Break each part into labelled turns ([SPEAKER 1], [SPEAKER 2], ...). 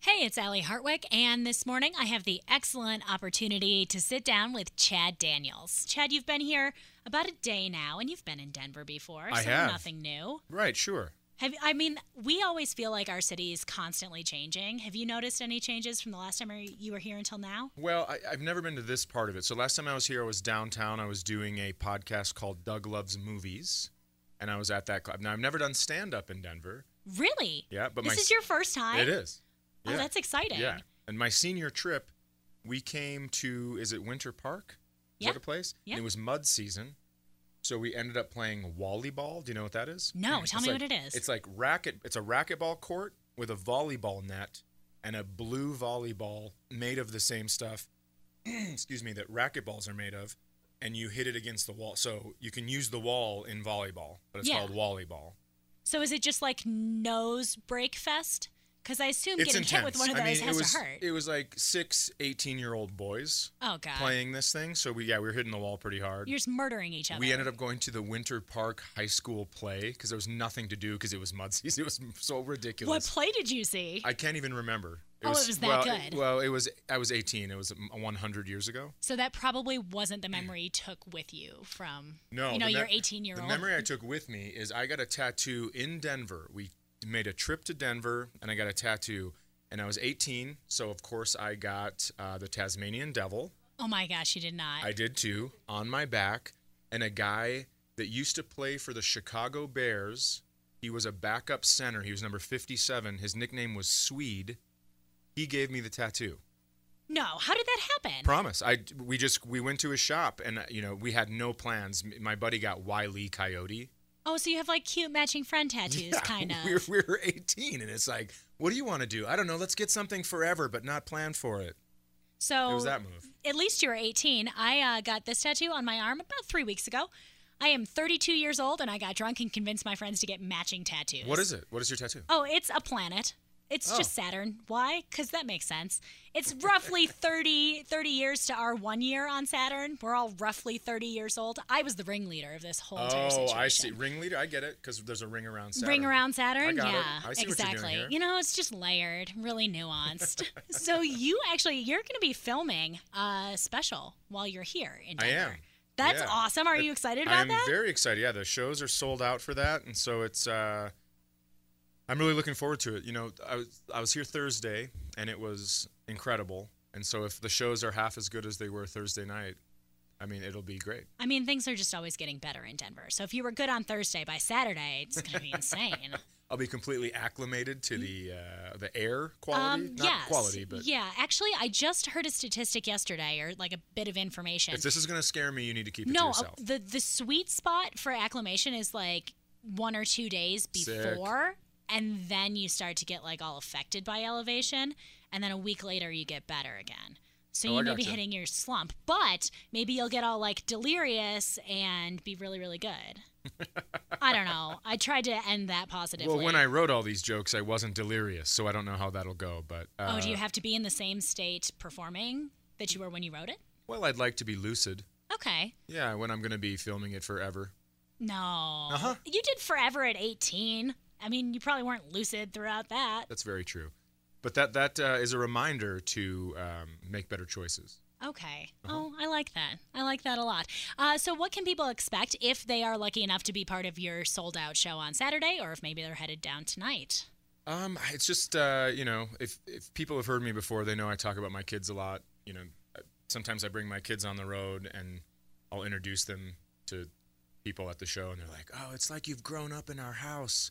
[SPEAKER 1] Hey, it's Allie Hartwick, and this morning I have the excellent opportunity to sit down with Chad Daniels. Chad, you've been here about a day now, and you've been in Denver before,
[SPEAKER 2] I
[SPEAKER 1] so
[SPEAKER 2] have.
[SPEAKER 1] nothing new.
[SPEAKER 2] Right, sure.
[SPEAKER 1] Have I mean, we always feel like our city is constantly changing. Have you noticed any changes from the last time you were here until now?
[SPEAKER 2] Well, I, I've never been to this part of it. So last time I was here, I was downtown. I was doing a podcast called Doug Loves Movies, and I was at that club. Now I've never done stand up in Denver.
[SPEAKER 1] Really?
[SPEAKER 2] Yeah, but
[SPEAKER 1] this
[SPEAKER 2] my-
[SPEAKER 1] is your first time.
[SPEAKER 2] It is.
[SPEAKER 1] Oh,
[SPEAKER 2] Yeah.
[SPEAKER 1] that's exciting.
[SPEAKER 2] Yeah. And my senior trip, we came to is it Winter Park? Is
[SPEAKER 1] Yeah.
[SPEAKER 2] that a place? And
[SPEAKER 1] Yeah.
[SPEAKER 2] it was mud season. So we ended up playing volleyball. Do you know what that is?
[SPEAKER 1] No, tell
[SPEAKER 2] It's
[SPEAKER 1] me
[SPEAKER 2] like-
[SPEAKER 1] what it is.
[SPEAKER 2] It's like racket it's a racquetball court with a volleyball net and a blue volleyball made of the same stuff excuse me that racquetballs are made of and you hit it against the wall. So you can use the wall in volleyball, but it's
[SPEAKER 1] Yeah.
[SPEAKER 2] called volleyball.
[SPEAKER 1] So is it just like nose break fest? Because I assume
[SPEAKER 2] it's
[SPEAKER 1] getting
[SPEAKER 2] intense.
[SPEAKER 1] hit with one of those
[SPEAKER 2] I mean,
[SPEAKER 1] has
[SPEAKER 2] it was
[SPEAKER 1] to hurt.
[SPEAKER 2] it was like six 18-year-old boys
[SPEAKER 1] oh God.
[SPEAKER 2] playing this thing. So we yeah, we were hitting the wall pretty hard.
[SPEAKER 1] You're just murdering each other.
[SPEAKER 2] we ended up going to the Winter Park High School play because there was nothing to do because it was mud season. It was so
[SPEAKER 1] What
[SPEAKER 2] ridiculous.
[SPEAKER 1] play did you see?
[SPEAKER 2] I can't even remember.
[SPEAKER 1] Oh, it was that
[SPEAKER 2] well,
[SPEAKER 1] good.
[SPEAKER 2] well, it was. I was 18. It was um, 100 years ago.
[SPEAKER 1] so that probably wasn't the memory you took with you from
[SPEAKER 2] No,
[SPEAKER 1] you know
[SPEAKER 2] the me-
[SPEAKER 1] your 18 year old.
[SPEAKER 2] The memory I took with me is I got a tattoo in Denver. We made a trip to Denver, and I got a tattoo. And I was 18, so of course I got uh, the Tasmanian Devil.
[SPEAKER 1] oh my gosh, you did not.
[SPEAKER 2] I did too on my back. And a guy that used to play for the Chicago Bears, he was a backup center. He was number 57. His nickname was Swede. He gave me the tattoo.
[SPEAKER 1] no, how did that happen?
[SPEAKER 2] Promise. I we just we went to his shop and uh, you know we had no plans. M- My buddy got Wiley Coyote.
[SPEAKER 1] oh, so you have like cute matching friend tattoos,
[SPEAKER 2] Yeah,
[SPEAKER 1] kind of.
[SPEAKER 2] We were, we were 18 and it's like, what do you want to do? I don't know. Let's get something forever, but not plan for it.
[SPEAKER 1] So
[SPEAKER 2] it was that move.
[SPEAKER 1] at least you were 18. I uh, got this tattoo on my arm about three weeks ago. I am 32 years old, and I got drunk and convinced my friends to get matching tattoos.
[SPEAKER 2] What is it? What is your tattoo?
[SPEAKER 1] Oh, it's a planet. It's
[SPEAKER 2] Oh.
[SPEAKER 1] just Saturn. Why? Because that makes sense. It's roughly 30, 30 years to our one year on Saturn. We're all roughly 30 years old. I was the ringleader of this whole entire
[SPEAKER 2] oh,
[SPEAKER 1] situation.
[SPEAKER 2] I see. Ringleader. I get it because there's a ring around Saturn.
[SPEAKER 1] Ring around Saturn?
[SPEAKER 2] I got it.
[SPEAKER 1] yeah,
[SPEAKER 2] I see what you're doing
[SPEAKER 1] exactly.
[SPEAKER 2] here.
[SPEAKER 1] You know, it's just layered, really nuanced. so you actually, you're going to be filming a special while you're here in
[SPEAKER 2] I
[SPEAKER 1] Denver.
[SPEAKER 2] am.
[SPEAKER 1] That's
[SPEAKER 2] Yeah.
[SPEAKER 1] awesome. Are
[SPEAKER 2] I-
[SPEAKER 1] you excited about
[SPEAKER 2] I'm
[SPEAKER 1] that?
[SPEAKER 2] very excited. Yeah, the shows are sold out for that, and so it's. Uh, I'm really looking forward to it. You know, I was I was here Thursday, and it was incredible. And so if the shows are half as good as they were Thursday night, I mean, it'll be great.
[SPEAKER 1] I mean, things are just always getting better in Denver. So if you were good on Thursday, by Saturday, it's going to be insane.
[SPEAKER 2] I'll be completely acclimated to the uh, the air quality, not
[SPEAKER 1] Um, yes.
[SPEAKER 2] quality, but
[SPEAKER 1] yeah. Actually, I just heard a statistic yesterday, or like a bit of information.
[SPEAKER 2] if this is gonna scare me, you need to keep it
[SPEAKER 1] no,
[SPEAKER 2] to
[SPEAKER 1] uh,
[SPEAKER 2] yourself.
[SPEAKER 1] the the sweet spot for acclimation is like one or two days
[SPEAKER 2] Sick.
[SPEAKER 1] before, and then you start to get like all affected by elevation, and then a week later you get better again. So
[SPEAKER 2] Oh,
[SPEAKER 1] you
[SPEAKER 2] I
[SPEAKER 1] may be
[SPEAKER 2] gotcha.
[SPEAKER 1] hitting your slump, but maybe you'll get all like delirious and be really, really good. I don't know. I tried to end that positively.
[SPEAKER 2] well, when I wrote all these jokes, I wasn't delirious, so I don't know how that'll go. But uh,
[SPEAKER 1] oh, do you have to be in the same state performing that you were when you wrote it?
[SPEAKER 2] Well, I'd like to be lucid.
[SPEAKER 1] Okay.
[SPEAKER 2] Yeah, when I'm gonna be filming it forever.
[SPEAKER 1] No.
[SPEAKER 2] Uh-huh.
[SPEAKER 1] You did forever at 18. I mean, you probably weren't lucid throughout that.
[SPEAKER 2] That's very true. But that that uh, is a reminder to um, make better choices.
[SPEAKER 1] Okay.
[SPEAKER 2] Uh-huh.
[SPEAKER 1] Oh, I like that. I like that a lot. Uh, so, what can people expect if they are lucky enough to be part of your sold out show on Saturday, or if maybe they're headed down tonight?
[SPEAKER 2] Um, it's just uh, you know, if if people have heard me before, they know I talk about my kids a lot. You know, I- sometimes I bring my kids on the road and I'll introduce them to people at the show, and they're like, "Oh, it's like you've grown up in our house.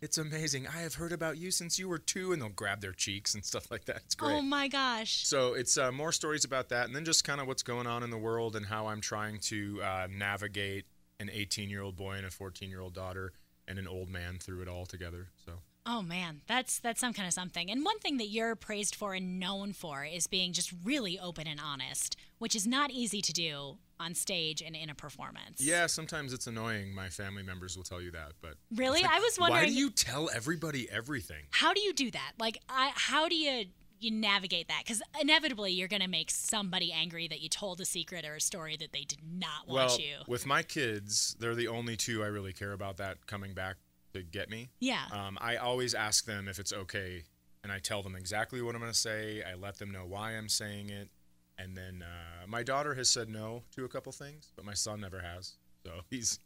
[SPEAKER 2] It's amazing. I have heard about you since you were two, and they'll grab their cheeks and stuff like that. It's great.
[SPEAKER 1] Oh my gosh.
[SPEAKER 2] So it's uh, more stories about that, and then just kind of what's going on in the world and how I'm trying to uh, navigate an 18 year old boy and a 14 year old daughter and an old man through it all together. So
[SPEAKER 1] Oh man, that's that's some kind of something. And one thing that you're praised for and known for is being just really open and honest, which is not easy to do on stage and in a performance.
[SPEAKER 2] Yeah, sometimes it's annoying. My family members will tell you that, but
[SPEAKER 1] Really?
[SPEAKER 2] it's like,
[SPEAKER 1] I was wondering
[SPEAKER 2] why do you tell everybody everything?
[SPEAKER 1] how do you do that? Like I how do you you navigate that cuz inevitably you're going to make somebody angry that you told a secret or a story that they did not want
[SPEAKER 2] well,
[SPEAKER 1] you.
[SPEAKER 2] with my kids, they're the only two I really care about that coming back to get me.
[SPEAKER 1] Yeah.
[SPEAKER 2] Um, I always ask them if it's okay, and I tell them exactly what I'm going to say. I let them know why I'm saying it, and then uh, my daughter has said no to a couple things, but my son never has. So he's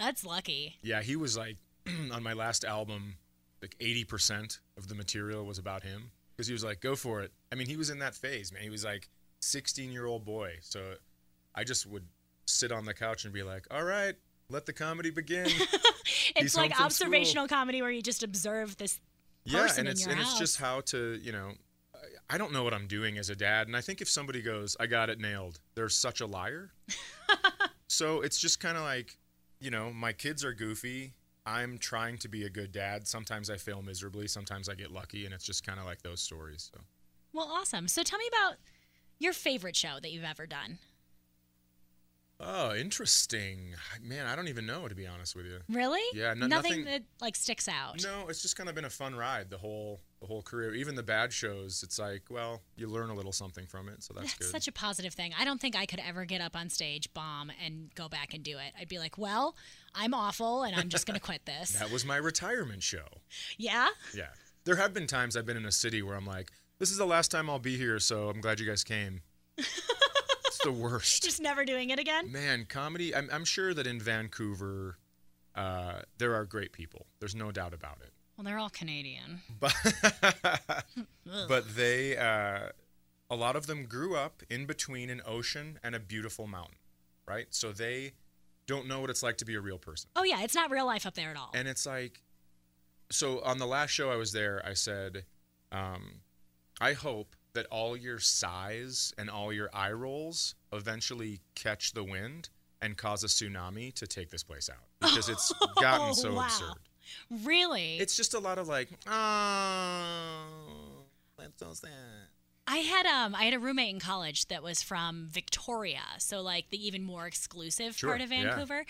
[SPEAKER 1] That's lucky.
[SPEAKER 2] yeah, he was like on my last album, like 80% of the material was about him because he was like, go for it. I mean, he was in that phase, man. He was like 16 year old boy. So I just would sit on the couch and be like, all right, let the comedy begin.
[SPEAKER 1] It's
[SPEAKER 2] He's home
[SPEAKER 1] like
[SPEAKER 2] from
[SPEAKER 1] observational comedy where you just observe this
[SPEAKER 2] yeah.
[SPEAKER 1] person
[SPEAKER 2] And
[SPEAKER 1] in
[SPEAKER 2] it's,
[SPEAKER 1] your
[SPEAKER 2] and it's just
[SPEAKER 1] house.
[SPEAKER 2] how to, you know, I- I don't know what I'm doing as a dad. And I think if somebody goes, I got it nailed, they're such a liar. so it's just kind of like, you know, my kids are goofy. I'm trying to be a good dad. Sometimes I fail miserably. Sometimes I get lucky, and it's just kind of like those stories. So
[SPEAKER 1] Well, awesome. So tell me about your favorite show that you've ever done.
[SPEAKER 2] Oh, interesting. Man, I don't even know to be honest with you.
[SPEAKER 1] Really?
[SPEAKER 2] Yeah, no-
[SPEAKER 1] nothing,
[SPEAKER 2] nothing-
[SPEAKER 1] that like sticks out.
[SPEAKER 2] No, it's just kind of been a fun ride the whole the whole career. Even the bad shows, it's like, well, you learn a little something from it, so that's,
[SPEAKER 1] That's
[SPEAKER 2] good.
[SPEAKER 1] such a positive thing. I don't think I could ever get up on stage, bomb, and go back and do it. I'd be like, well, I'm awful and I'm just going to quit this.
[SPEAKER 2] that was my retirement show.
[SPEAKER 1] Yeah?
[SPEAKER 2] Yeah. There have been times I've been in a city where I'm like, this is the last time I'll be here, so I'm glad you guys came. it's the worst.
[SPEAKER 1] Just never doing it again?
[SPEAKER 2] Man, comedy. I'm, I'm sure that in Vancouver, uh, there are great people. There's no doubt about it.
[SPEAKER 1] Well, they're all Canadian.
[SPEAKER 2] But
[SPEAKER 1] Ugh.
[SPEAKER 2] but they, uh, a lot of them grew up in between an ocean and a beautiful mountain, right? So they don't know what it's like to be a real person.
[SPEAKER 1] oh, yeah, it's not real life up there at all.
[SPEAKER 2] And it's like, so on the last show I was there, I said, um, I hope that all your sighs and all your eye rolls eventually catch the wind and cause a tsunami to take this place out because it's
[SPEAKER 1] Oh,
[SPEAKER 2] gotten so
[SPEAKER 1] wow.
[SPEAKER 2] absurd.
[SPEAKER 1] really?
[SPEAKER 2] It's just a lot of like, oh, that's so sad.
[SPEAKER 1] I had um I had a roommate in college that was from Victoria, so like the even more exclusive
[SPEAKER 2] Sure,
[SPEAKER 1] part of
[SPEAKER 2] yeah.
[SPEAKER 1] Vancouver,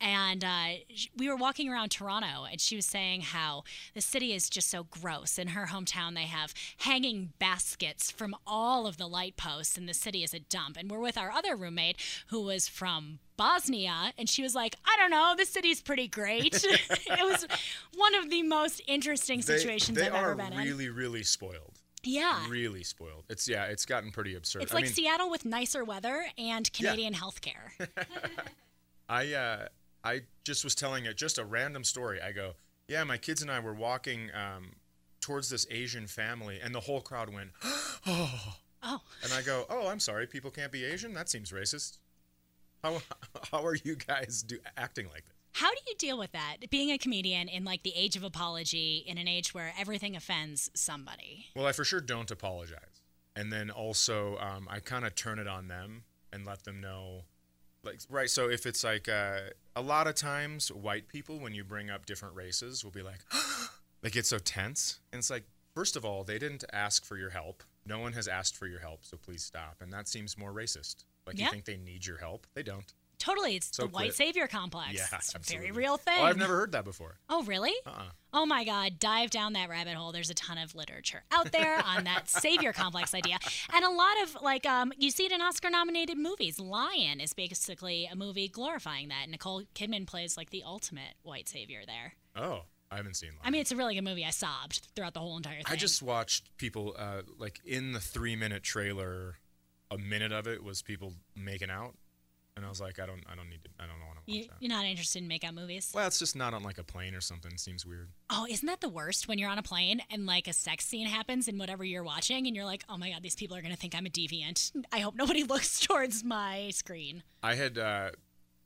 [SPEAKER 1] and uh, sh- we were walking around Toronto, and she was saying how the city is just so gross. In her hometown, they have hanging baskets from all of the light posts, and the city is a dump. And we're with our other roommate who was from. Bosnia, and she was like, I don't know, this city's pretty great. it was one of the most interesting situations
[SPEAKER 2] they
[SPEAKER 1] I've
[SPEAKER 2] are
[SPEAKER 1] ever been in.
[SPEAKER 2] really, really spoiled.
[SPEAKER 1] Yeah.
[SPEAKER 2] Really spoiled. It's yeah, it's gotten pretty absurd.
[SPEAKER 1] It's
[SPEAKER 2] I
[SPEAKER 1] like
[SPEAKER 2] mean,
[SPEAKER 1] Seattle with nicer weather and Canadian healthcare.
[SPEAKER 2] I uh, I just was telling it just a random story. I go, yeah, my kids and I were walking um, towards this Asian family, and the whole crowd went, oh,
[SPEAKER 1] Oh,
[SPEAKER 2] and I go, oh, I'm sorry, people can't be Asian. That seems racist. How how are you guys do acting like this?
[SPEAKER 1] how do you deal with that? Being a comedian in like the age of apology, in an age where everything offends somebody.
[SPEAKER 2] Well, I for sure don't apologize, and then also um, I kind of turn it on them and let them know, like right. So if it's like uh, a lot of times white people, when you bring up different races, will be like, they get so tense, and it's like, first of all, they didn't ask for your help. No one has asked for your help, so please stop. And that seems more racist. Like
[SPEAKER 1] Yeah.
[SPEAKER 2] you think they need your help, they don't.
[SPEAKER 1] Totally, it's
[SPEAKER 2] So
[SPEAKER 1] the white
[SPEAKER 2] quit.
[SPEAKER 1] savior complex.
[SPEAKER 2] yeah,
[SPEAKER 1] it's a
[SPEAKER 2] absolutely.
[SPEAKER 1] very real thing.
[SPEAKER 2] Well, I've never heard that before.
[SPEAKER 1] Oh, really?
[SPEAKER 2] Uh-uh.
[SPEAKER 1] Oh my God, dive down that rabbit hole. There's a ton of literature out there on that savior complex idea. And a lot of, like, um, you see it in Oscar nominated movies. Lion is basically a movie glorifying that. Nicole Kidman plays, like, the ultimate white savior there.
[SPEAKER 2] Oh, I haven't seen. Lion
[SPEAKER 1] I mean, it's a really good movie. I sobbed throughout the whole entire thing.
[SPEAKER 2] I just watched people uh, like in the three minute trailer, a minute of it was people making out, and I was like, I don't, I don't need to, I don't want to
[SPEAKER 1] you,
[SPEAKER 2] watch that.
[SPEAKER 1] you're not interested in makeout movies.
[SPEAKER 2] Well, it's just not on like a plane or something. Seems weird.
[SPEAKER 1] Oh, isn't that the worst when you're on a plane and like a sex scene happens in whatever you're watching, and you're like, oh my god, these people are gonna think I'm a deviant. I hope nobody looks towards my screen.
[SPEAKER 2] I had uh,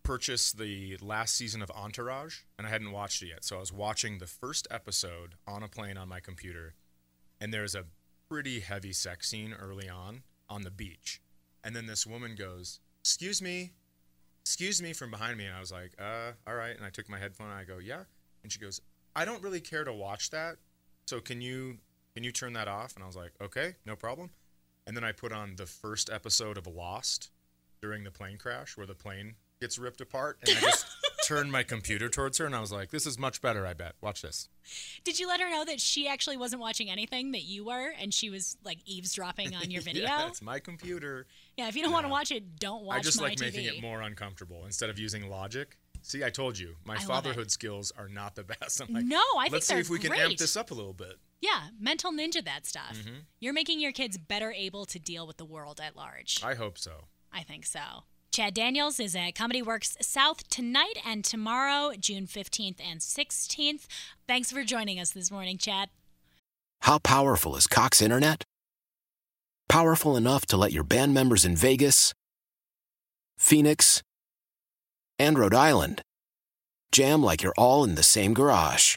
[SPEAKER 2] purchased the last season of Entourage, and I hadn't watched it yet, so I was watching the first episode on a plane on my computer, and there's a pretty heavy sex scene early on on the beach, and then this woman goes, "Excuse me, excuse me from behind me and i was like uh all right and i took my headphone and i go yeah and she goes i don't really care to watch that so can you can you turn that off? And I was like, okay, no problem. And then I put on the first episode of Lost during the plane crash where the plane gets ripped apart, and I just turned my computer towards her, and I was like, this is much better. I bet. Watch this.
[SPEAKER 1] Did you let her know that she actually wasn't watching anything that you were and she was like eavesdropping on your video?
[SPEAKER 2] yeah, it's my computer.
[SPEAKER 1] Yeah, if you don't want to watch it, don't watch
[SPEAKER 2] I just
[SPEAKER 1] my
[SPEAKER 2] like
[SPEAKER 1] TV.
[SPEAKER 2] making it more uncomfortable instead of using logic. See, I told you, my
[SPEAKER 1] love it.
[SPEAKER 2] fatherhood skills are not the best. I'm like,
[SPEAKER 1] No, I think
[SPEAKER 2] let's see
[SPEAKER 1] they're
[SPEAKER 2] if we can amp
[SPEAKER 1] great."
[SPEAKER 2] this up Mm-hmm. a little bit.
[SPEAKER 1] yeah, mental ninja that stuff. You're making your kids better able to deal with the world at large.
[SPEAKER 2] I hope so.
[SPEAKER 1] I think so. Chad Daniels is at Comedy Works South tonight and tomorrow, June 15th and 16th. Thanks for joining us this morning, Chad.
[SPEAKER 3] How powerful is Cox Internet? Powerful enough to let your band members in Vegas, Phoenix, and Rhode Island jam like you're all in the same garage.